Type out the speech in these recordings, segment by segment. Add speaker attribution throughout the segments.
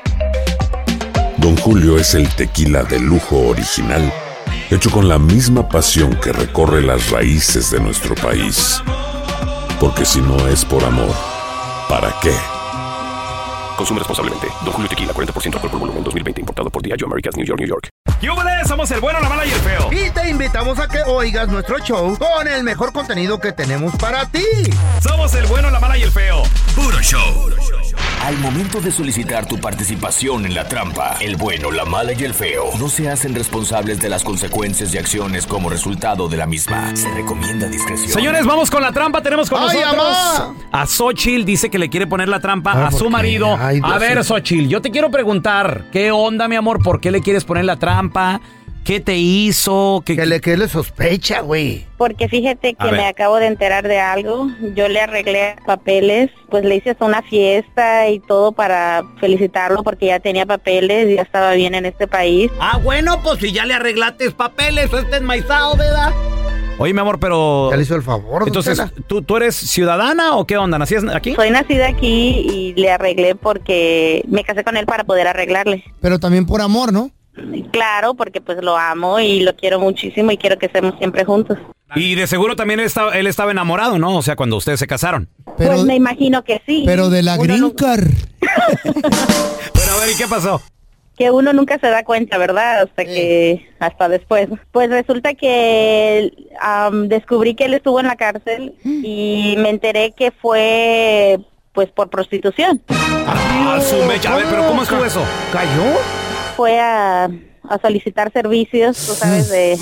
Speaker 1: Don Julio es el tequila de lujo original, hecho con la misma pasión que recorre las raíces de nuestro país. Porque si no es por amor, ¿para qué?
Speaker 2: Consume responsablemente. Don Julio Tequila, 40% alcohol por volumen, 2020. Importado por Diageo Americas, New York, New York.
Speaker 3: ¡Yúbales! Somos el bueno, la mala y el feo.
Speaker 4: Y te invitamos a que oigas nuestro show con el mejor contenido que tenemos para ti.
Speaker 3: Somos el bueno, la mala y el feo.
Speaker 5: Puro show. Al momento de solicitar tu participación en la trampa, el bueno, la mala y el feo no se hacen responsables de las consecuencias y acciones como resultado de la misma. Se recomienda discreción.
Speaker 3: Señores, vamos con la trampa. Tenemos con
Speaker 4: ¡Ay,
Speaker 3: nosotros
Speaker 4: amá!
Speaker 3: a Xochitl. Dice que le quiere poner la trampa
Speaker 4: Ah,
Speaker 3: a
Speaker 4: ¿por
Speaker 3: su
Speaker 4: qué?
Speaker 3: marido.
Speaker 4: Ay, Dios
Speaker 3: a ver,
Speaker 4: mío.
Speaker 3: Xochitl, yo te quiero preguntar. ¿Qué onda, mi amor? ¿Por qué le quieres poner la trampa? ¿Qué te hizo? ¿Qué,
Speaker 4: Que le, que le sospecha, güey.
Speaker 6: Porque fíjate
Speaker 3: A
Speaker 6: que me
Speaker 3: ver.
Speaker 6: acabo de enterar de algo. Yo le arreglé papeles, pues le hice hasta una fiesta y todo para felicitarlo porque ya tenía papeles, ya estaba bien en este país.
Speaker 4: Ah, bueno, pues si ya le arreglaste papeles, este es maizado, ¿verdad?
Speaker 3: Oye, mi amor, pero...
Speaker 4: Ya le hizo el favor, don
Speaker 3: Entonces,
Speaker 4: Tela.
Speaker 3: ¿tú, ¿tú eres ciudadana o qué onda? ¿Nacías aquí?
Speaker 6: Soy nacida aquí y le arreglé porque me casé con él para poder arreglarle.
Speaker 7: Pero también por amor, ¿no?
Speaker 6: Claro, porque pues lo amo y lo quiero muchísimo y quiero que estemos siempre juntos.
Speaker 3: Y de seguro también él estaba, él estaba enamorado, ¿no? O sea, cuando ustedes se casaron.
Speaker 7: Pero,
Speaker 6: pues me imagino que sí.
Speaker 7: pero de la
Speaker 6: Uno
Speaker 7: green
Speaker 6: nu-
Speaker 7: card.
Speaker 3: Bueno, a ver, ¿y qué pasó?
Speaker 6: que uno nunca se da cuenta, ¿verdad? Hasta que hasta después. Pues resulta que am, descubrí que él estuvo en la cárcel y me enteré que fue pues por prostitución.
Speaker 3: Ah, su mecha. A ver, pero ¿cómo estuvo eso?
Speaker 4: ¿Cayó?
Speaker 6: Fue a, a solicitar servicios, tú sabes, de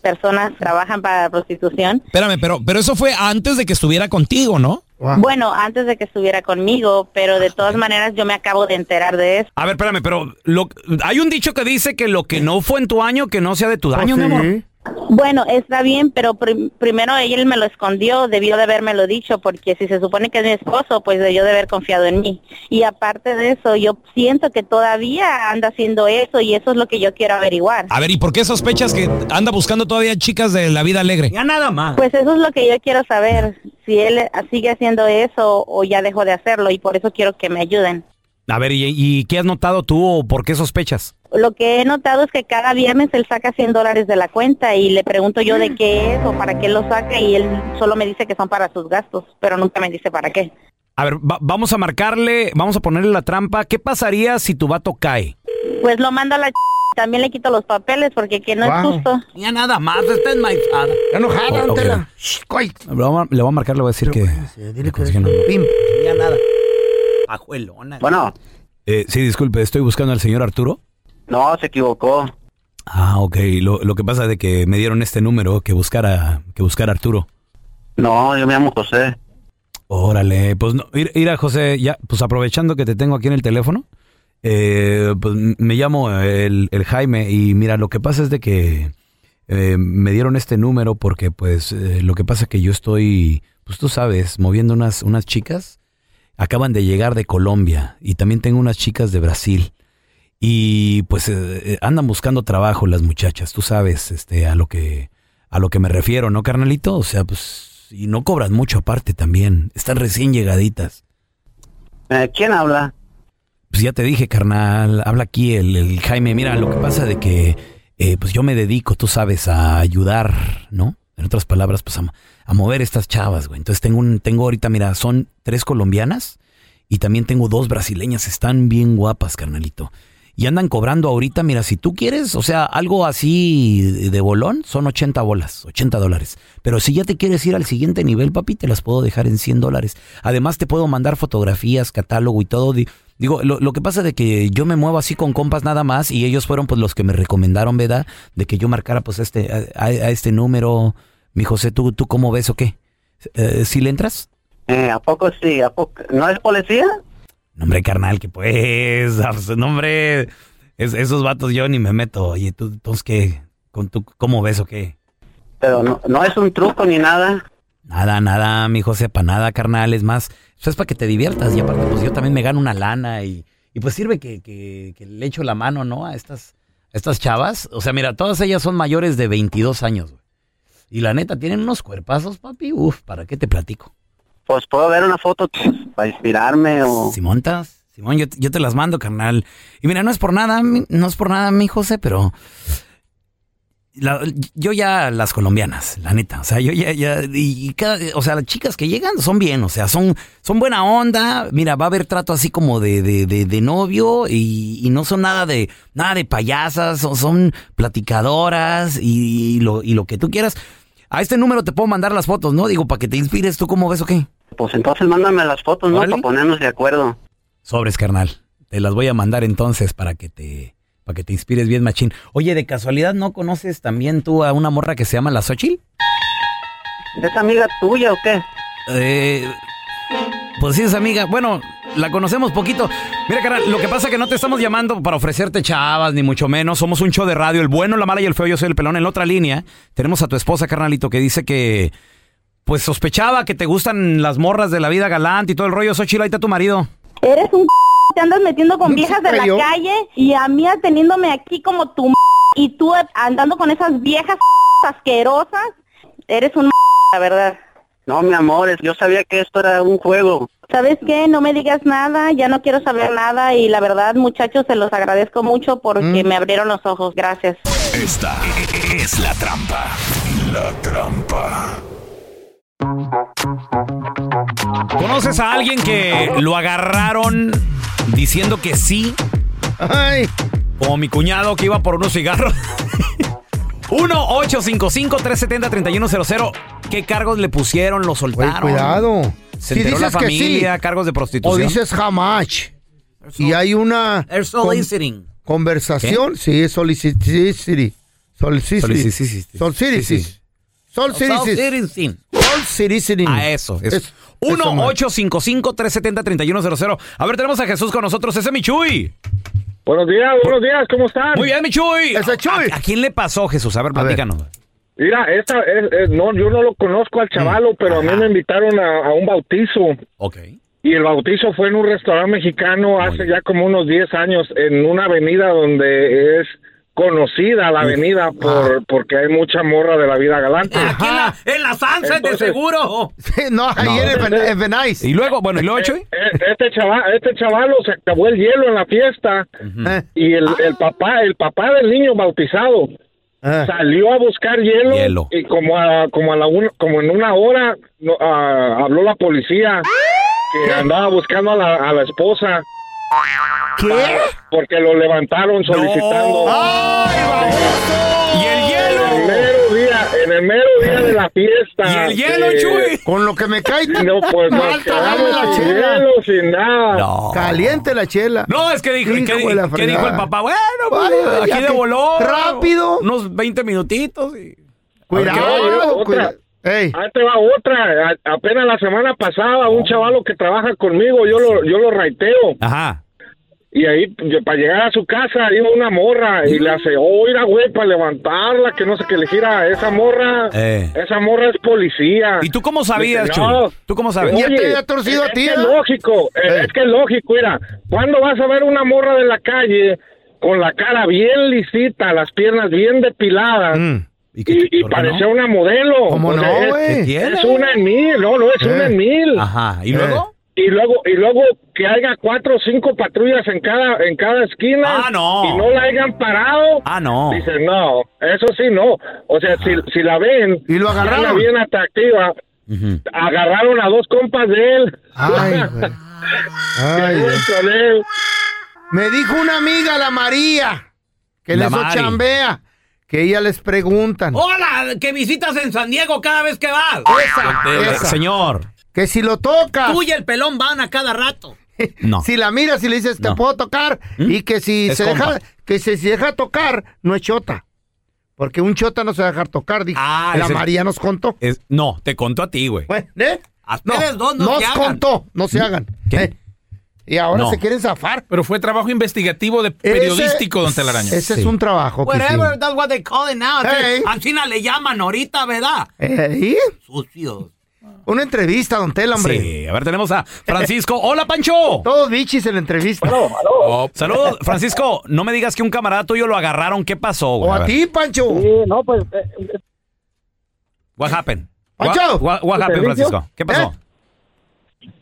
Speaker 6: personas que trabajan para prostitución.
Speaker 8: Espérame, pero, pero eso fue antes de que estuviera contigo, ¿no?
Speaker 4: Guau.
Speaker 6: Bueno, antes de que estuviera conmigo, pero de todas maneras yo me acabo de enterar de eso.
Speaker 3: A ver, espérame, pero lo- hay un dicho que dice que lo que no fue en tu año, que no sea de tu daño, mi amor.
Speaker 4: Sí.
Speaker 6: Bueno, está bien, pero prim- primero él me lo escondió, debió de habérmelo dicho, porque si se supone que es mi esposo, pues debió de haber confiado en mí. Y aparte de eso, yo siento que todavía anda haciendo eso y eso es lo que yo quiero averiguar.
Speaker 8: A ver, ¿y por qué sospechas que anda buscando todavía chicas de la vida alegre?
Speaker 3: Ya nada más.
Speaker 6: Pues eso es lo que yo quiero saber, si él eh, sigue haciendo eso o ya dejó de hacerlo y por eso quiero que me ayuden.
Speaker 3: A ver, ¿y, y qué has notado tú o por qué sospechas?
Speaker 6: Lo que he notado es que cada viernes él saca 100 dólares de la cuenta y le pregunto yo de qué es o para qué lo saca y él solo me dice que son para sus gastos, pero nunca me dice para qué.
Speaker 3: A ver, va- vamos a marcarle, vamos a ponerle la trampa. ¿Qué pasaría si tu vato cae?
Speaker 6: Pues lo mando a la ch... También le quito los papeles porque que no es
Speaker 4: Wow.
Speaker 6: justo.
Speaker 3: Ya nada más, está enmaizada.
Speaker 4: Ya enojada,
Speaker 3: Oh,
Speaker 4: don
Speaker 3: ok.
Speaker 4: Tela. Shh, coy.
Speaker 3: Le voy a, le voy a marcar, le voy a decir que...
Speaker 4: Sí, Dile que
Speaker 3: Es
Speaker 4: eres
Speaker 3: que no.
Speaker 4: un pimp.
Speaker 3: Ya nada. Pajuelona.
Speaker 9: Bueno,
Speaker 3: Eh, sí, disculpe, estoy buscando al señor Arturo.
Speaker 9: no, se equivocó.
Speaker 3: Ah, ok. Lo, lo que pasa es de que me dieron este número que buscara, que buscara Arturo.
Speaker 9: No, yo me llamo José.
Speaker 3: Órale, pues no, ir, ir a José, ya, pues aprovechando que te tengo aquí en el teléfono, eh, pues m- me llamo el, el Jaime y mira, lo que pasa es de que eh, me dieron este número porque pues eh, lo que pasa es que yo estoy, pues tú sabes, moviendo unas, unas chicas, acaban de llegar de Colombia y también tengo unas chicas de Brasil y pues eh, eh, andan buscando trabajo las muchachas, tú sabes, este, a lo que a lo que me refiero, ¿no, carnalito? O sea, pues, y no cobran mucho aparte también. Están recién llegaditas.
Speaker 9: Eh, ¿Quién habla?
Speaker 3: Pues ya te dije, carnal, habla aquí el, el Jaime. Mira, lo que pasa de que, eh, pues yo me dedico, tú sabes, a ayudar, ¿no? En otras palabras, pues a, mo- a mover estas chavas, güey. Entonces tengo, un, tengo ahorita, mira, son tres colombianas y también tengo dos brasileñas. Están bien guapas, carnalito. y andan cobrando ahorita, mira, si tú quieres, o sea, algo así de bolón, son 80 bolas, 80 dólares. Pero si ya te quieres ir al siguiente nivel, papi, te las puedo dejar en 100 dólares. Además, te puedo mandar fotografías, catálogo y todo. Di- Digo, lo, lo que pasa de que yo me muevo así con compas nada más y ellos fueron pues los que me recomendaron, ¿verdad? De que yo marcara pues este, a, a- a este número. Mi José, ¿tú, tú cómo ves o qué? Eh, ¿Si le entras?
Speaker 10: Eh, ¿A poco sí? ¿A poco? ¿No es policía?
Speaker 3: No, hombre, carnal, que pues, no, hombre, es- esos vatos yo ni me meto. Oye, tú, entonces, ¿qué? ¿Con tú, ¿Cómo ves o qué?
Speaker 10: Pero no, no es un truco ni nada.
Speaker 3: Nada, nada, mi José, para nada, carnal, es más, eso es para que te diviertas y aparte, pues yo también me gano una lana y, y pues sirve que, que- que le echo la mano, ¿no? A estas, a estas chavas, o sea, mira, todas ellas son mayores de 22 años, güey. Y la neta, tienen unos cuerpazos, papi, uf, ¿para qué te platico?
Speaker 10: Pues puedo ver una foto pues, para inspirarme o...
Speaker 3: Si montas, Simón, yo, yo te las mando, carnal. Y mira, no es por nada, mi- no es por nada, mi José, pero la- yo ya las colombianas, la neta, o sea, yo ya, ya y, y cada- o sea, las chicas que llegan son bien, o sea, son, son buena onda, mira, va a haber trato así como de, de, de- de novio y, y no son nada de, nada de payasas, son, son platicadoras y, lo, y lo que tú quieras. A este número te puedo mandar las fotos, ¿no? Digo, para que te inspires, ¿tú cómo ves o qué?
Speaker 10: Pues entonces mándame las fotos, ¿no?
Speaker 3: Órale.
Speaker 10: Para ponernos de acuerdo.
Speaker 3: Sobres, carnal. Te las voy a mandar entonces para que te para que te inspires bien, machín. Oye, de casualidad, ¿no conoces también tú a una morra que se llama la Xochitl?
Speaker 10: ¿Es amiga tuya o qué?
Speaker 3: Eh, pues sí, es amiga. Bueno, la conocemos poquito. Mira, carnal, lo que pasa es que no te estamos llamando para ofrecerte chavas, ni mucho menos. Somos un show de radio, el bueno, la mala y el feo. Yo soy el pelón. En la otra línea tenemos a tu esposa, carnalito, que dice que pues sospechaba que te gustan las morras de la vida galante y todo el rollo. Xochitl, ahí está tu marido.
Speaker 6: Eres un te andas metiendo con viejas de la
Speaker 3: creyó.
Speaker 6: calle y a mí teniéndome aquí como tu y tú andando con esas viejas asquerosas. Eres un la verdad.
Speaker 10: No, mi amor, es- yo sabía que esto era un juego.
Speaker 6: ¿Sabes qué? No me digas nada, ya no quiero saber nada y la verdad, muchachos, se los agradezco mucho porque
Speaker 10: Mm.
Speaker 6: me abrieron los ojos. Gracias.
Speaker 11: Esta es la trampa. La trampa.
Speaker 3: ¿Conoces a alguien que lo agarraron diciendo que sí? Como mi cuñado que iba por unos cigarros. 1-855-370-3100. ¿Qué cargos le pusieron? ¿Lo soltaron?
Speaker 4: cuidado.
Speaker 3: Se
Speaker 4: Si
Speaker 3: enteró
Speaker 4: dices que
Speaker 3: la
Speaker 4: sí,
Speaker 3: familia, cargos de
Speaker 4: O
Speaker 3: prostitución.
Speaker 4: dices jamás. Y hay una
Speaker 3: There's
Speaker 4: con-
Speaker 3: soliciting.
Speaker 4: conversación. Sí, solicitiri. Solicitiri.
Speaker 3: Solicitiri.
Speaker 4: Solicitiri. Solicitiri.
Speaker 3: Soliciting.
Speaker 4: Solicitiri.
Speaker 3: A eso. eso.
Speaker 4: Es- eso, man.
Speaker 3: 1-855-370-3100. A ver, tenemos a Jesús con nosotros. Ese es mi Chuy.
Speaker 9: Buenos días, buenos días, ¿cómo están?
Speaker 3: Muy bien, mi Chuy. ¿A, a quién le pasó, Jesús? A ver, platícanos.
Speaker 9: Mira, esta, es- es- no, yo no lo conozco
Speaker 3: Mm.
Speaker 9: al chavalo, pero a mí me invitaron a, a un bautizo.
Speaker 3: Ok.
Speaker 9: Y el bautizo fue en un restaurante mexicano hace ya como unos 10 años, en una avenida donde es conocida la avenida por porque hay mucha morra de la vida
Speaker 3: Ah.
Speaker 9: galante.
Speaker 3: En la Sansa, de seguro.
Speaker 4: no, ahí eh,
Speaker 9: No.
Speaker 4: en, el- en Venice.
Speaker 3: Y luego, bueno, ¿y luego, Chuy?
Speaker 9: Eh, Este chaval, este chavalo se acabó el hielo en la fiesta
Speaker 4: Eh,
Speaker 9: y el, el
Speaker 4: Ah.
Speaker 9: papá, el papá del niño bautizado salió a buscar hielo,
Speaker 3: Hielo.
Speaker 9: y como a, como a la una- como en una hora no, ah, habló la policía que
Speaker 4: Ah.
Speaker 9: andaba buscando a la, a la esposa. ¿Qué? Porque lo levantaron solicitando.
Speaker 8: Oh.
Speaker 3: ¡Y el hielo!
Speaker 9: En el mero día, en el mero día de la fiesta. eh,
Speaker 4: ¿Y el hielo, Chuy? Con lo que me cae.
Speaker 9: No, pues nos
Speaker 4: Malta,
Speaker 9: quedamos
Speaker 4: dame la
Speaker 9: sin
Speaker 4: chela.
Speaker 9: hielo, sin nada.
Speaker 4: Caliente la chela.
Speaker 3: No, es que dijo, ¿qué,
Speaker 4: Hijo de
Speaker 3: di-
Speaker 4: la
Speaker 3: qué
Speaker 4: fregada.
Speaker 3: dijo el papá? Bueno, pues,
Speaker 4: Vaya, ya
Speaker 3: aquí de
Speaker 4: que-
Speaker 3: voló.
Speaker 4: rápido.
Speaker 3: Unos 20 minutitos. y-
Speaker 9: No, mira, otra. Ahí te va otra. A- apenas la semana pasada, un chavalo que trabaja conmigo, yo lo, yo lo raiteo.
Speaker 3: Ajá.
Speaker 9: Y ahí, yo- para llegar a su casa, iba una morra y le hace, oiga, güey, para levantarla, que no sé qué le gira. Esa morra,
Speaker 3: Eh.
Speaker 9: esa morra es policía.
Speaker 3: ¿Y tú cómo sabías,
Speaker 9: Dice, "No".
Speaker 3: Chuy? ¿Tú cómo sabes?
Speaker 9: Oye,
Speaker 4: Ya te había torcido
Speaker 9: es
Speaker 4: a ti,
Speaker 9: que
Speaker 4: ¿eh?
Speaker 9: Es lógico, eh, es que es lógico, mira. ¿Cuándo vas a ver una morra de la calle con la cara bien lisita, las piernas bien depiladas?
Speaker 4: Mm.
Speaker 3: ¿Y qué-
Speaker 9: Y, y
Speaker 3: por qué
Speaker 9: parecía
Speaker 3: no?
Speaker 9: una modelo.
Speaker 4: ¿Cómo no,
Speaker 9: sea, es-
Speaker 4: güey?
Speaker 3: ¿Qué tiene?
Speaker 9: Es una en mil, no, no, es una en mil.
Speaker 3: Ajá. ¿Y
Speaker 4: Eh.
Speaker 3: luego?
Speaker 9: Y luego, y luego que haya cuatro o cinco patrullas en cada, en cada esquina.
Speaker 3: Ah, no.
Speaker 9: Y no la hayan parado.
Speaker 3: Ah, no.
Speaker 9: Dicen, no, eso sí, no. O sea, si, si la ven.
Speaker 4: Y lo agarraron.
Speaker 9: ya la bien atractiva.
Speaker 3: Ujú.
Speaker 9: Agarraron a dos compas de él.
Speaker 4: Ay, güey. Ay,
Speaker 9: Estuvieron
Speaker 4: güey.
Speaker 9: con él.
Speaker 4: Me dijo una amiga, la María, que
Speaker 3: La
Speaker 4: les
Speaker 3: Mari.
Speaker 4: chambea, que ella les preguntan.
Speaker 8: Hola, que visitas en San Diego cada vez que vas.
Speaker 4: Esa, esa.
Speaker 3: Señor.
Speaker 4: Que si lo tocas,
Speaker 8: Tú y el pelón van a cada rato.
Speaker 3: No.
Speaker 4: si la miras y le dices, te
Speaker 3: No. ¿Mm?
Speaker 4: puedo tocar, y que si
Speaker 3: Es
Speaker 4: se
Speaker 3: compa.
Speaker 4: deja, que si se deja tocar, no es chota. Porque un chota no se va a dejar tocar, dijo.
Speaker 8: Ah,
Speaker 4: la
Speaker 8: ese-
Speaker 4: María nos contó.
Speaker 3: Es- no, te contó a ti, güey.
Speaker 4: Bueno, ¿eh?
Speaker 8: A ustedes dos no
Speaker 4: nos
Speaker 8: se hagan.
Speaker 4: contó, no se hagan. ¿eh? Y ahora
Speaker 3: ¿Mm? No.
Speaker 4: se quieren zafar.
Speaker 12: Pero fue trabajo investigativo de
Speaker 4: Ese-
Speaker 12: periodístico, don Telaraño.
Speaker 4: Ese es un trabajo. que
Speaker 8: Whatever, that's what they call it now.
Speaker 4: Hey.
Speaker 8: Así le llaman ahorita, ¿verdad?
Speaker 4: sí. Eh, ¿y?
Speaker 8: Sucios.
Speaker 4: Una entrevista, don Tel, hombre.
Speaker 3: Sí, a ver, tenemos a Francisco. ¡Hola, Pancho!
Speaker 4: Todos bichis en la entrevista.
Speaker 3: Oh, Saludos, Francisco. No me digas que un camarada tuyo lo agarraron. ¿Qué pasó, güey?
Speaker 4: o a
Speaker 3: ver,
Speaker 4: ti, Pancho.
Speaker 9: no, pues,
Speaker 3: What happened?
Speaker 4: ¡Pancho!
Speaker 3: What, what- what happened,
Speaker 9: ¿Servicio?
Speaker 3: Francisco? ¿Qué pasó?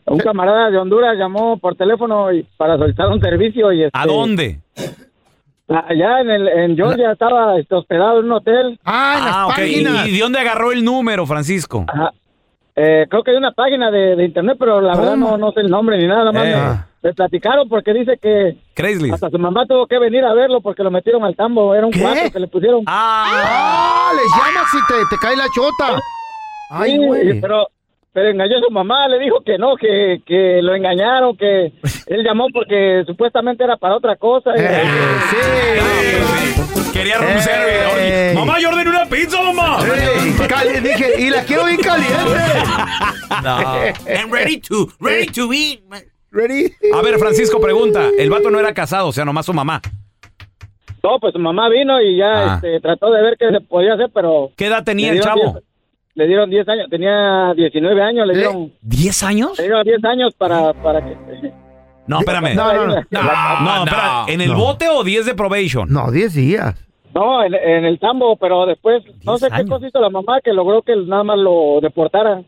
Speaker 9: un camarada de Honduras llamó por teléfono y para solicitar un servicio y este,
Speaker 3: ¿A dónde?
Speaker 9: Allá en, el, en Georgia estaba este, hospedado en Ah, un hotel.
Speaker 4: Ah, en las
Speaker 3: Ah, ok. ¿Y,
Speaker 4: páginas.
Speaker 3: y de dónde agarró el número, Francisco?
Speaker 9: Ajá. Eh, creo que hay una página de, de internet, pero la verdad
Speaker 4: ¿Cómo?
Speaker 9: no, no sé el nombre ni nada, nada más
Speaker 3: Eh.
Speaker 9: me, me platicaron porque dice que
Speaker 3: Craigslist.
Speaker 9: hasta su mamá tuvo que venir a verlo porque lo metieron al tambo, era un
Speaker 4: ¿Qué?
Speaker 9: cuarto que le pusieron.
Speaker 3: Ah,
Speaker 4: Ah, les llamas y te, te cae la chota. Ay,
Speaker 9: Sí,
Speaker 4: güey.
Speaker 9: pero, pero engañó a su mamá, le dijo que no, que, que lo engañaron, que él llamó porque supuestamente era para otra cosa. y-
Speaker 4: Eh, sí.
Speaker 3: quería
Speaker 4: Ey.
Speaker 3: room service. Oye, Mamá, yo ordené una pizza, mamá.
Speaker 4: Ey, cali- dije, y la quiero bien caliente.
Speaker 8: And ready to, ready to eat.
Speaker 4: Ready?
Speaker 3: A ver, Francisco pregunta. El vato no era casado, o sea, nomás su mamá.
Speaker 9: No, pues su mamá vino y ya
Speaker 3: Ah.
Speaker 9: este, trató de ver qué se podía hacer, pero
Speaker 3: ¿Qué edad tenía
Speaker 9: Le
Speaker 3: el
Speaker 9: dieron
Speaker 3: chavo?
Speaker 9: diez- le dieron 10 años, tenía 19 años, le
Speaker 4: Le-
Speaker 9: dieron,
Speaker 3: ¿Diez años?
Speaker 9: le dieron 10 años para, para que...
Speaker 3: No, espérame.
Speaker 4: No, no, no.
Speaker 3: No, no, espera, ¿En el bote o 10 de probation?
Speaker 4: No, 10 días.
Speaker 9: No, en, en el tambo, pero después, no
Speaker 3: 10
Speaker 9: sé qué
Speaker 3: años.
Speaker 9: cosa hizo la mamá que logró que nada más lo deportaran.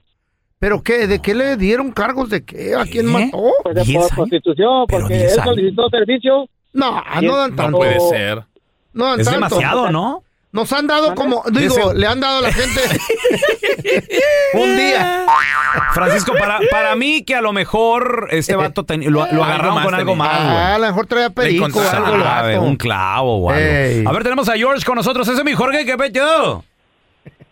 Speaker 4: ¿Pero qué? ¿De qué le dieron cargos? ¿De qué? ¿A quién
Speaker 3: ¿Qué?
Speaker 4: mató?
Speaker 9: Pues de
Speaker 3: 10
Speaker 9: por
Speaker 3: años.
Speaker 9: prostitución,
Speaker 3: Pero
Speaker 9: porque
Speaker 3: 10
Speaker 9: él
Speaker 3: años.
Speaker 9: solicitó servicio.
Speaker 4: No, ah,
Speaker 9: Y
Speaker 4: no
Speaker 9: es-
Speaker 4: dan
Speaker 12: No
Speaker 4: tanto.
Speaker 12: puede ser.
Speaker 4: No dan
Speaker 3: Es
Speaker 4: tanto.
Speaker 3: demasiado, ¿no?
Speaker 4: Nos han dado como, digo,
Speaker 3: Ese-
Speaker 4: le han dado a la gente un día.
Speaker 3: Francisco, para, para mí que a lo mejor este vato ten- lo, lo agarraron
Speaker 12: más
Speaker 3: con algo
Speaker 12: tenía.
Speaker 3: más, güey.
Speaker 4: Ah, a lo mejor traía perico o
Speaker 12: encontraron
Speaker 4: algo. el
Speaker 3: Sabe,
Speaker 4: vato.
Speaker 3: un clavo o algo.
Speaker 4: Ey.
Speaker 3: A ver, tenemos a George con nosotros. Ese es mi Jorge, ¿qué pecho?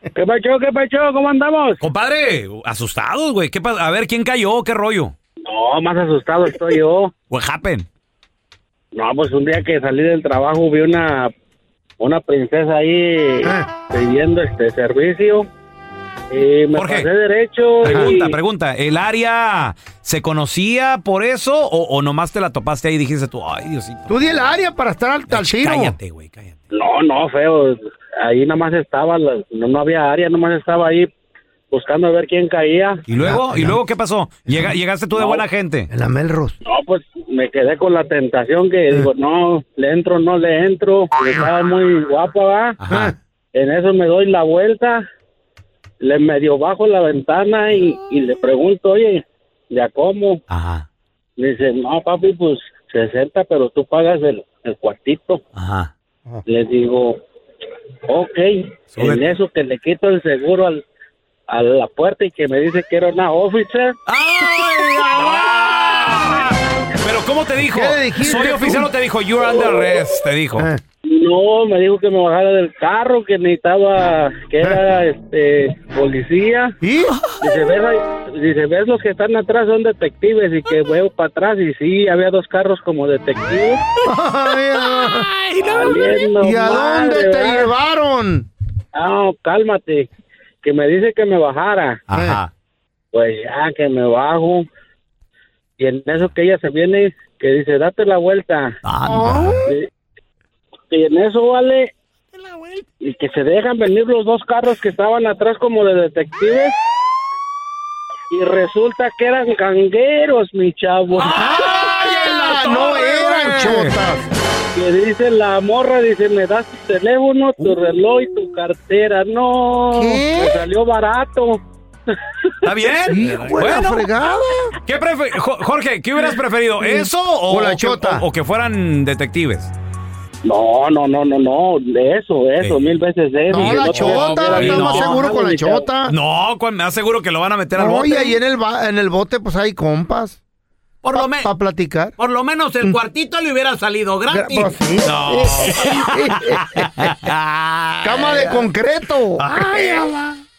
Speaker 9: ¿Qué pacho, qué pacho? ¿Cómo andamos?
Speaker 3: Compadre, asustados, güey. ¿Qué pa- A ver, ¿quién cayó? ¿Qué rollo?
Speaker 9: No, más asustado estoy yo.
Speaker 3: What happened?
Speaker 9: No, pues un día que salí del trabajo vi una una princesa ahí
Speaker 3: Ah.
Speaker 9: pidiendo este servicio y me
Speaker 3: Jorge,
Speaker 9: pasé derecho.
Speaker 3: Pregunta,
Speaker 9: y-
Speaker 3: pregunta. ¿El área se conocía por eso o, o nomás te la topaste ahí y dijiste tú, ay, Diosito?
Speaker 4: Tú di el área para estar al, al tiro.
Speaker 3: Cállate, güey, cállate.
Speaker 9: No, no, feo. Ahí nada más estaba, la- no, no había área, nada más estaba ahí buscando a ver quién caía.
Speaker 3: ¿Y luego, ¿y luego qué pasó? Llega- ¿Llegaste tú de
Speaker 9: No.
Speaker 3: buena gente?
Speaker 4: En la Melrose.
Speaker 9: No, pues me quedé con la tentación
Speaker 3: Ah.
Speaker 9: que digo, no, le entro, no le entro. Y Estaba muy guapa, va.
Speaker 3: Ajá.
Speaker 9: En eso me doy la vuelta, le medio bajo la ventana y, y le pregunto, oye, ¿ya cómo?
Speaker 3: Ajá.
Speaker 9: Dice, no, papi, pues 60, pero tú pagas el, el cuartito.
Speaker 3: Ajá.
Speaker 4: Ah.
Speaker 9: Le digo, ok,
Speaker 3: Sube.
Speaker 9: en eso que le quito el seguro al, a la puerta y que me dice que era una officer.
Speaker 3: Pero ¿cómo te dijo?
Speaker 4: ¿Qué le dijiste
Speaker 3: Soy
Speaker 4: tú?
Speaker 3: oficial o te dijo you're under arrest, te dijo.
Speaker 4: Eh.
Speaker 9: No, me dijo que me bajara del carro, que necesitaba, que era este policía.
Speaker 4: ¿Y?
Speaker 9: Dice, ¿ves, ahí? dice, ¿ves los que están atrás son detectives y que veo para atrás y sí, había dos carros como detectives.
Speaker 4: Ay, ah.
Speaker 9: Valiendo
Speaker 4: ¿Y a
Speaker 9: madre,
Speaker 4: dónde te
Speaker 9: ¿verdad?
Speaker 4: llevaron?
Speaker 9: Ah, cálmate, que me dice que me bajara.
Speaker 3: Ajá.
Speaker 4: Eh.
Speaker 9: Pues ya, que me bajo. Y en eso que ella se viene, que dice, date la vuelta.
Speaker 4: Ah.
Speaker 3: Anda.
Speaker 9: Y en eso, vale, y que se dejan venir los dos carros que estaban atrás como de detectives.
Speaker 4: Ah.
Speaker 9: Y resulta que eran gangueros, mi chavo.
Speaker 4: Ah. ¡Ay, en la- no eran chotas!
Speaker 9: Que dice la morra, dice, me das tu teléfono, tu reloj y tu cartera. No,
Speaker 4: ¿Qué?
Speaker 9: me salió barato.
Speaker 3: ¿Está bien? Eh,
Speaker 4: ¡Hijo de la
Speaker 3: Bueno,
Speaker 4: fregada!
Speaker 3: ¿qué prefe- Jo- Jorge, ¿qué hubieras preferido? ¿Eso o,
Speaker 4: O la
Speaker 3: que-
Speaker 4: chota.
Speaker 3: o- o que fueran detectives?
Speaker 9: No, no, no, no, no, eso, eso,
Speaker 3: Ey.
Speaker 9: mil veces eso.
Speaker 4: No,
Speaker 9: Y
Speaker 4: la
Speaker 9: no te-
Speaker 4: chota,
Speaker 3: no,
Speaker 4: estás más
Speaker 3: no,
Speaker 4: seguro con la
Speaker 9: mi chavo.
Speaker 4: chota.
Speaker 3: No, cuan- me aseguro que lo van a meter al
Speaker 4: Ah. No,
Speaker 3: bote.
Speaker 4: y ahí en el, ba- en el bote, pues hay compas. Por lo menos. Para platicar.
Speaker 13: Por lo menos el cuartito le hubiera salido gratis.
Speaker 4: Mm. Gra- pues sí.
Speaker 13: No.
Speaker 3: Ah.
Speaker 4: Cama de concreto. Ay, ama.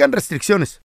Speaker 4: restricciones.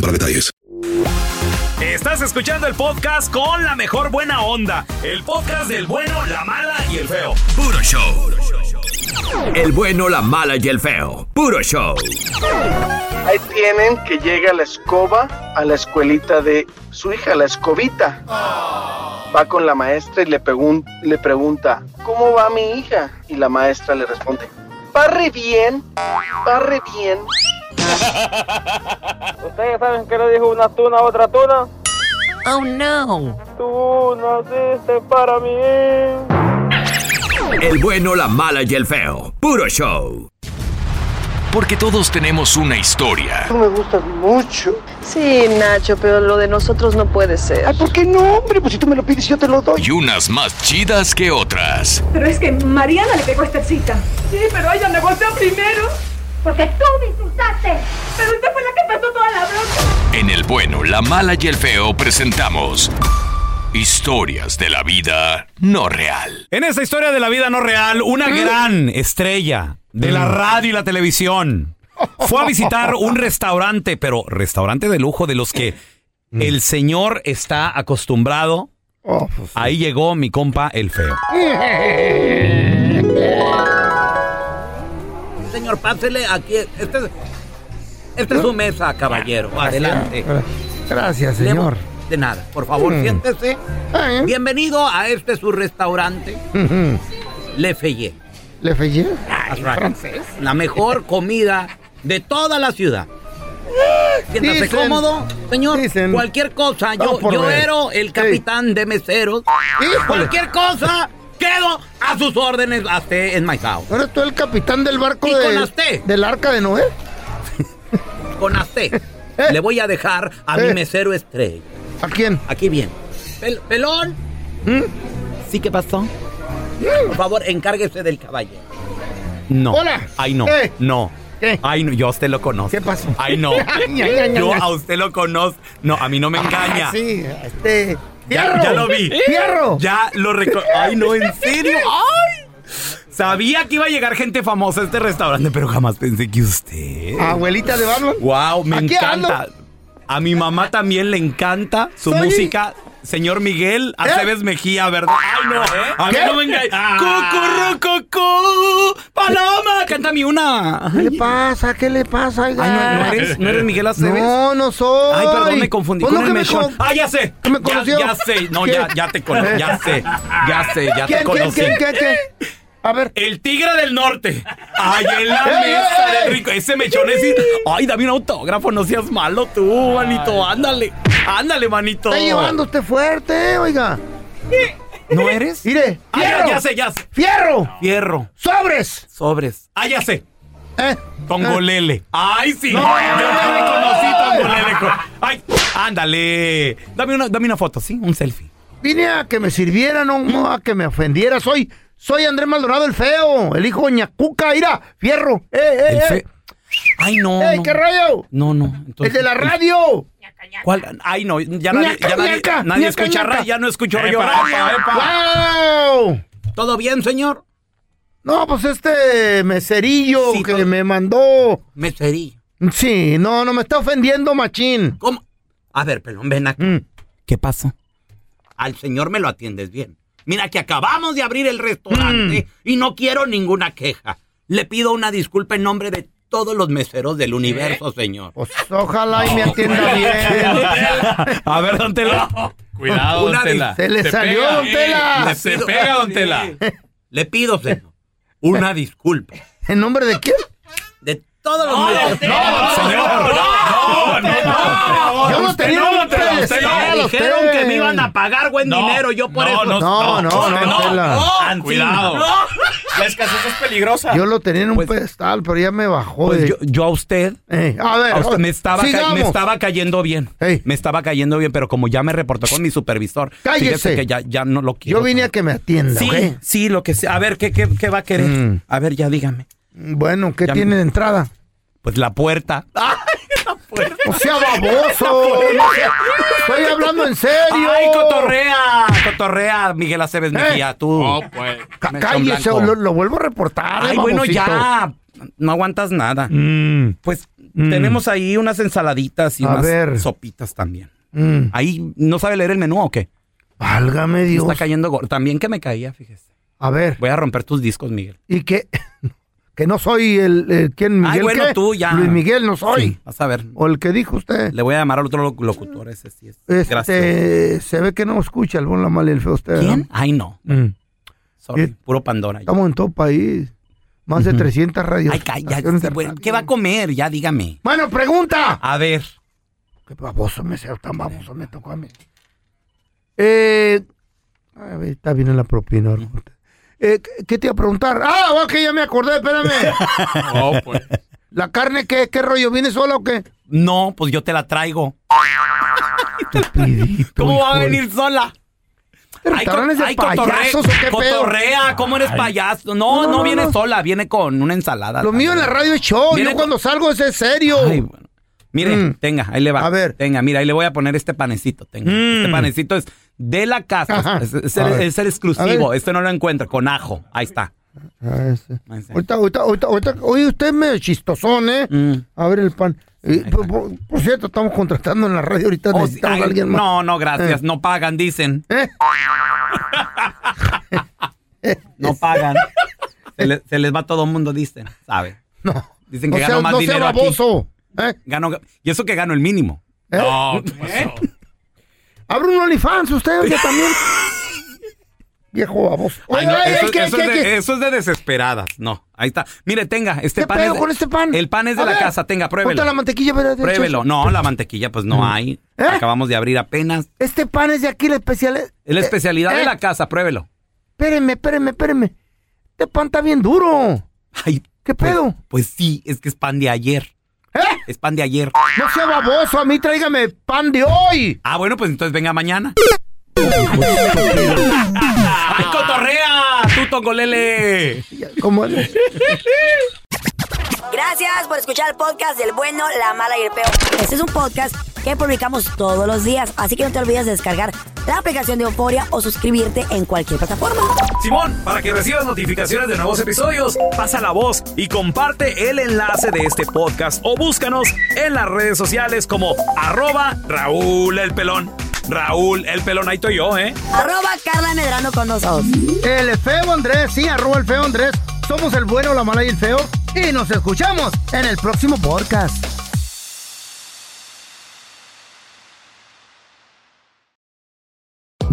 Speaker 11: para detalles.
Speaker 14: Estás escuchando el podcast con la mejor buena onda. El podcast del bueno, la mala y el feo.
Speaker 15: Puro show. El bueno, la mala y el feo. Puro show.
Speaker 16: Ahí tienen que llega la escoba a la escuelita de su hija, la escobita. Va con la maestra y le, pregun- le pregunta, ¿cómo va mi hija? Y la maestra le responde, barre bien, barre bien.
Speaker 9: ¿Ustedes saben qué le dijo una tuna a otra tuna?
Speaker 13: Oh no.
Speaker 9: Tú naciste para mí.
Speaker 15: El bueno, la mala y el feo. Puro show. Porque todos tenemos una historia.
Speaker 6: me gustas mucho. Sí, Nacho, pero lo de nosotros no puede ser. Ay, ¿por qué no, hombre? Pues si tú me lo pides, yo te lo doy.
Speaker 15: Y unas más chidas que otras.
Speaker 17: Pero es que Mariana le pegó esta cita. Sí, pero ella me golpeó primero. Porque tú me insultaste. Pero usted fue la que empezó toda la bronca.
Speaker 15: En el bueno, la mala y el feo presentamos historias de la vida no real.
Speaker 3: En esta historia de la vida no real, una gran estrella de la radio y la televisión fue a visitar un restaurante, pero restaurante de lujo de los que el señor está acostumbrado. Ahí llegó mi compa el feo.
Speaker 13: Señor, pásele aquí. Esta es, esta es su mesa, caballero. Adelante.
Speaker 4: Gracias,
Speaker 13: Le-
Speaker 4: señor.
Speaker 13: De nada. Por favor,
Speaker 4: Mm.
Speaker 13: siéntese. Bienvenido a este su restaurante.
Speaker 4: Ujú.
Speaker 13: Le Fayé.
Speaker 4: ¿Le Ah, fallé?
Speaker 13: That's right. La mejor comida de toda la ciudad. Siéntase
Speaker 4: Dicen.
Speaker 13: cómodo, señor. Cualquier cosa, yo,
Speaker 4: No, por
Speaker 13: yo
Speaker 4: ver.
Speaker 13: era el capitán de meseros. Cualquier cosa, quedo a sus órdenes a usted en Maizao.
Speaker 4: ¿No eres tú el capitán del barco
Speaker 13: Y
Speaker 4: de-
Speaker 13: con las T.
Speaker 4: del arca de Noé?
Speaker 13: Con usted le voy a dejar a mi mesero estrella.
Speaker 4: ¿A quién?
Speaker 13: Aquí bien. Pel- pelón. ¿Sí qué pasó? Por favor, encárguese del caballero.
Speaker 3: No.
Speaker 13: Hola.
Speaker 3: Ay, no.
Speaker 13: ¿Qué?
Speaker 3: No. Ay, no, yo a usted lo conozco. ¿Qué pasó? Ay, no.
Speaker 13: Ay, ay, ay,
Speaker 3: yo
Speaker 13: ay.
Speaker 3: a usted lo conozco. No, a mí no me engaña.
Speaker 4: Ah, Sí, este.
Speaker 3: Ya,
Speaker 4: ¡Fierro!
Speaker 3: ya lo vi.
Speaker 4: ¡Fierro!
Speaker 3: Ya lo reconozco. Ay, no, en serio. Ay. Sabía que iba a llegar gente famosa a este restaurante, pero jamás pensé que usted.
Speaker 4: Abuelita de Batman.
Speaker 3: Wow, me
Speaker 4: Ah, Aquí
Speaker 3: encanta.
Speaker 4: ando.
Speaker 3: A mi mamá también le encanta su
Speaker 4: Soy- ¿Eh?
Speaker 3: música. Señor Miguel Aceves Mejía, ¿verdad? Ay, no. A mí
Speaker 13: ¿Qué?
Speaker 3: no me engaña.
Speaker 13: Ah.
Speaker 3: Cucurrucucú, Paloma, cántame una.
Speaker 4: ¿Qué le pasa? ¿Qué le pasa? Ay,
Speaker 3: no, no eres- no eres Miguel Aceves.
Speaker 4: No, no soy.
Speaker 3: Ay, perdón, me confundí
Speaker 4: Pues
Speaker 3: con
Speaker 4: no, que
Speaker 3: el
Speaker 4: me con-
Speaker 3: mechón. Ah, ya sé.
Speaker 4: que me
Speaker 3: Ya-
Speaker 4: conoció.
Speaker 3: Ya, sé. No, ya, ya te conozco. Ya sé. Ya sé, ya
Speaker 4: ¿Quién, quién,
Speaker 3: te conocí.
Speaker 4: quién, quién, quién?
Speaker 3: A ver. El tigre del norte. Ay, en
Speaker 4: Eh,
Speaker 3: la
Speaker 13: ¡Ey,
Speaker 3: mesa
Speaker 13: ey,
Speaker 3: del
Speaker 13: ey!
Speaker 3: rico. Ese mechón es. Ay, dame un autógrafo. No seas malo tú, manito. Ándale. Ándale, manito.
Speaker 4: Está llevando usted fuerte, ¿eh? oiga.
Speaker 3: ¿No eres?
Speaker 4: Mire.
Speaker 3: Ah, ya-
Speaker 4: ¡Fierro!
Speaker 3: ya sé, ya sé.
Speaker 4: ¡Fierro!
Speaker 3: Fierro.
Speaker 4: ¡Sobres!
Speaker 3: Sobres. Ah, ya sé.
Speaker 4: ¿Eh?
Speaker 3: Tongolele. Ay, sí.
Speaker 4: No.
Speaker 3: Yo te reconocí, Tongolele. Ay, ándale. Dame una, dame una foto, ¿sí? Un selfie.
Speaker 4: Vine a que me sirviera, no, no a que me ofendiera. Soy, soy Andrés Maldonado el Feo, el hijo de Ñacuca, ira, fierro. ¡Eh, eh,
Speaker 3: El
Speaker 4: eh!
Speaker 3: fe- Ay, no.
Speaker 4: ¡Ey,
Speaker 3: no.
Speaker 4: qué rayo!
Speaker 3: No, no.
Speaker 4: ¡El
Speaker 3: entonces-
Speaker 4: de la radio!
Speaker 3: ¿Cuál? Ay, no. Ya nadie,
Speaker 4: Ñaca,
Speaker 3: ya nadie,
Speaker 4: ñaca,
Speaker 3: nadie
Speaker 4: ñaca,
Speaker 3: escucha
Speaker 4: ñaca.
Speaker 3: ra- Ya no escucho
Speaker 4: Epa,
Speaker 3: rayo.
Speaker 4: epa,
Speaker 5: ¿Todo bien, señor?
Speaker 4: No, pues este meserillo que me mandó.
Speaker 5: Meserillo.
Speaker 4: Sí, no, no me está ofendiendo, machín.
Speaker 5: ¿Cómo? A ver, pelón, ven aquí.
Speaker 4: Mm.
Speaker 3: ¿Qué pasa?
Speaker 5: Al señor me lo atiendes bien. Mira que acabamos de abrir el
Speaker 4: Mm.
Speaker 5: restaurante y no quiero ninguna queja. Le pido una disculpa en nombre de todos los meseros del universo, señor.
Speaker 4: Pues Ojalá y me atienda ¿Eh? bien.
Speaker 3: A ver, don Tela.
Speaker 5: Cuidado,
Speaker 4: Una
Speaker 5: don
Speaker 4: dis-
Speaker 5: Tela.
Speaker 4: Se le
Speaker 5: Te
Speaker 4: salió,
Speaker 5: pega.
Speaker 3: eh,
Speaker 4: Ah, don Tela.
Speaker 5: Le pido- Le pido, señor, una disculpa.
Speaker 4: ¿En nombre de quién?
Speaker 5: De todos los meseros.
Speaker 4: Yo no tenía
Speaker 5: no,
Speaker 4: un pedestal,
Speaker 5: Me dijeron
Speaker 4: usted.
Speaker 5: que me iban a pagar buen
Speaker 4: No,
Speaker 5: dinero, yo por
Speaker 4: no,
Speaker 5: eso.
Speaker 4: no, No, no, no, no, no, Tela. no,
Speaker 5: Ancina.
Speaker 4: cuidado.
Speaker 18: La escasez es peligrosa.
Speaker 4: Yo lo tenía en un pedestal, pero ya me bajó. de-
Speaker 3: Pues, Yo, yo a usted.
Speaker 4: Eh, a ver,
Speaker 3: a usted- me, estaba ca-
Speaker 4: sigamos.
Speaker 3: me estaba cayendo bien. Me estaba cayendo bien, pero como ya me reportó con mi supervisor,
Speaker 4: Cállese.
Speaker 3: fíjese que ya, ya no lo quiero.
Speaker 4: Yo vine a que me atienda,
Speaker 3: Sí,
Speaker 4: ¿ok?
Speaker 3: sí, lo que sea. A ver, ¿qué, qué, qué va a querer?
Speaker 4: Mm.
Speaker 3: A ver, ya dígame.
Speaker 4: Bueno, ¿qué
Speaker 3: Ya
Speaker 4: tiene
Speaker 3: me-
Speaker 4: de entrada?
Speaker 3: Pues la puerta.
Speaker 4: O sea, baboso. no sea- estoy hablando en serio.
Speaker 3: ¡Ay, cotorrea! Cotorrea, Miguel Aceves Mejía, tú.
Speaker 4: ¿Eh? Ca-
Speaker 3: Melchor
Speaker 4: Cállese,
Speaker 3: Blanco.
Speaker 4: lo, lo vuelvo a reportar.
Speaker 3: Ay,
Speaker 4: eh,
Speaker 3: bueno,
Speaker 4: babosito.
Speaker 3: ya. No aguantas nada. Pues
Speaker 4: Mm.
Speaker 3: tenemos ahí unas ensaladitas y
Speaker 4: A
Speaker 3: unas
Speaker 4: ver.
Speaker 3: sopitas también.
Speaker 4: Mm.
Speaker 3: Ahí, ¿no sabe leer el menú o qué?
Speaker 4: Válgame Dios.
Speaker 3: Me está cayendo gordo. También que me caía, fíjese.
Speaker 4: A ver.
Speaker 3: Voy a romper tus discos, Miguel.
Speaker 4: Y que, que no soy el, el- ¿quién, Miguel
Speaker 3: Ay, bueno,
Speaker 4: qué?
Speaker 3: tú ya.
Speaker 4: Luis Miguel no soy.
Speaker 3: Sí, vas a ver.
Speaker 4: O el que dijo usted.
Speaker 3: Le voy a llamar al otro loc- locutor ese sí es.
Speaker 4: Este,
Speaker 3: Gracias.
Speaker 4: Se ve que no escucha el bon, la mala y el feo usted. ¿no?
Speaker 3: ¿Quién? Ay, no.
Speaker 4: Mm.
Speaker 3: Sorry,
Speaker 4: Eh,
Speaker 3: puro Pandora. yo.
Speaker 4: Estamos en todo país. Más de
Speaker 3: Ujú.
Speaker 4: 300 radios.
Speaker 3: Ay, ca- ya, bueno, ¿Qué va Ah. a comer? Ya dígame.
Speaker 4: Bueno, pregunta.
Speaker 3: A ver.
Speaker 4: Qué baboso me sea tan baboso me tocó a mí. Eh, a ver, está bien en la propina. Orgullo. Eh, ¿qué- ¿Qué te iba a preguntar? Ah, ok, ya me acordé, espérame. ¿La carne qué? ¿Qué rollo? ¿Viene sola o qué?
Speaker 3: No, pues yo te la traigo. ¿Cómo va a venir sola?
Speaker 4: restaurantes de payasos o qué pedo?
Speaker 3: cotorrea, ¿cómo eres
Speaker 4: Ay.
Speaker 3: payaso?
Speaker 4: No,
Speaker 3: No, no,
Speaker 4: no,
Speaker 3: viene
Speaker 4: no.
Speaker 3: sola, viene con una ensalada.
Speaker 4: Lo mío en la radio es show. Yo cuando salgo es en serio.
Speaker 3: Mire, tenga, ahí le va. A ver. Tenga, mira, ahí le voy a poner este panecito. Tenga.
Speaker 4: Mm.
Speaker 3: Este panecito es de la casa.
Speaker 4: Ajá.
Speaker 3: Es, es
Speaker 4: A
Speaker 3: el,
Speaker 4: ver.
Speaker 3: es el
Speaker 4: A
Speaker 3: exclusivo.
Speaker 4: ver.
Speaker 3: Este no lo encuentro, con ajo. Ahí está.
Speaker 4: Ah, ese. Ahorita, ahorita, ahorita, ahorita- oye, usted es medio chistosón, ¿eh?
Speaker 3: Mm.
Speaker 4: A ver el pan. Eh, por, por- por cierto, estamos contratando en la radio ahorita.
Speaker 3: Oh, sí,
Speaker 4: necesitamos
Speaker 3: ay,
Speaker 4: a alguien más. Eh.
Speaker 3: No, no, gracias. No pagan, dicen. no pagan. Se, le- se les va a todo el mundo, dicen. ¿Sabe?
Speaker 4: No.
Speaker 3: Dicen que
Speaker 4: No
Speaker 3: gano
Speaker 4: sea-
Speaker 3: más
Speaker 4: no sea
Speaker 3: dinero. aquí.
Speaker 4: baboso,
Speaker 3: Gano- y eso que gano el mínimo.
Speaker 4: ¿Eh?
Speaker 3: No,
Speaker 4: Abre un OnlyFans usted, oye, también. Viejo baboso.
Speaker 3: Ay,
Speaker 4: Oye,
Speaker 3: no,
Speaker 4: ay,
Speaker 3: eso,
Speaker 4: ay, ¿qué,
Speaker 3: eso
Speaker 4: qué,
Speaker 3: es de, eh,
Speaker 4: qué?
Speaker 3: eso es de desesperadas. No, ahí está. Mire, tenga, este
Speaker 4: ¿Qué
Speaker 3: pan.
Speaker 4: pedo
Speaker 3: es de-
Speaker 4: con este pan?
Speaker 3: El pan es de
Speaker 4: A
Speaker 3: la
Speaker 4: ver,
Speaker 3: casa, tenga,
Speaker 4: Ponte
Speaker 3: pruébelo.
Speaker 4: la mantequilla. ¿Eh? espérate,
Speaker 3: Pruébelo.
Speaker 4: chef.
Speaker 3: No, la mantequilla, pues no hay. Acabamos de abrir apenas.
Speaker 4: Este pan es de aquí, la especial. es-
Speaker 3: Es la
Speaker 4: eh,
Speaker 3: especialidad
Speaker 4: eh,
Speaker 3: de la casa, pruébelo.
Speaker 4: Espérenme, espérenme, espérenme. Este pan está bien duro.
Speaker 3: Ay,
Speaker 4: ¿qué pedo? ¿Eh?
Speaker 3: Pues sí, es que es pan de ayer. Es pan de ayer.
Speaker 4: No sea baboso, a mí tráigame pan de hoy.
Speaker 3: Ah, bueno, pues entonces venga mañana. ¡Ay, cotorrea! ¡Tú, Tongolele!
Speaker 4: ¿Cómo
Speaker 6: Gracias por escuchar el podcast del bueno, la mala y el peor. Este es un podcast que publicamos todos los días, así que no te olvides de descargar la aplicación de Euforia o suscribirte en cualquier plataforma.
Speaker 19: Simón, para que recibas notificaciones de nuevos episodios, pasa la voz y comparte el enlace de este podcast o búscanos en las redes sociales como arroba Raúl el Pelón. Raúl el Pelón, ahí estoy yo, ¿eh?
Speaker 6: Arroba Carla Medrano con nosotros.
Speaker 4: El feo Andrés, sí, arroba el feo Andrés. Somos el bueno, la mala y el feo. Y nos escuchamos en el próximo podcast.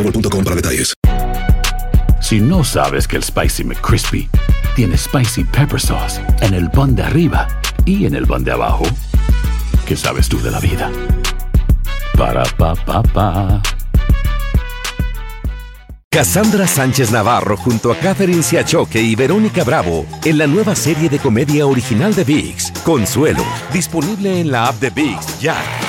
Speaker 20: Google.com para detalles.
Speaker 21: Si no sabes que el Spicy McCrispy tiene spicy pepper sauce en el pan de arriba y en el pan de abajo, ¿qué sabes tú de la vida? Para pa pa pa.
Speaker 11: Cassandra Sánchez Navarro junto a Catherine Siachoque y Verónica Bravo en la nueva serie de comedia original de Vix, Consuelo, disponible en la app de Vix ya.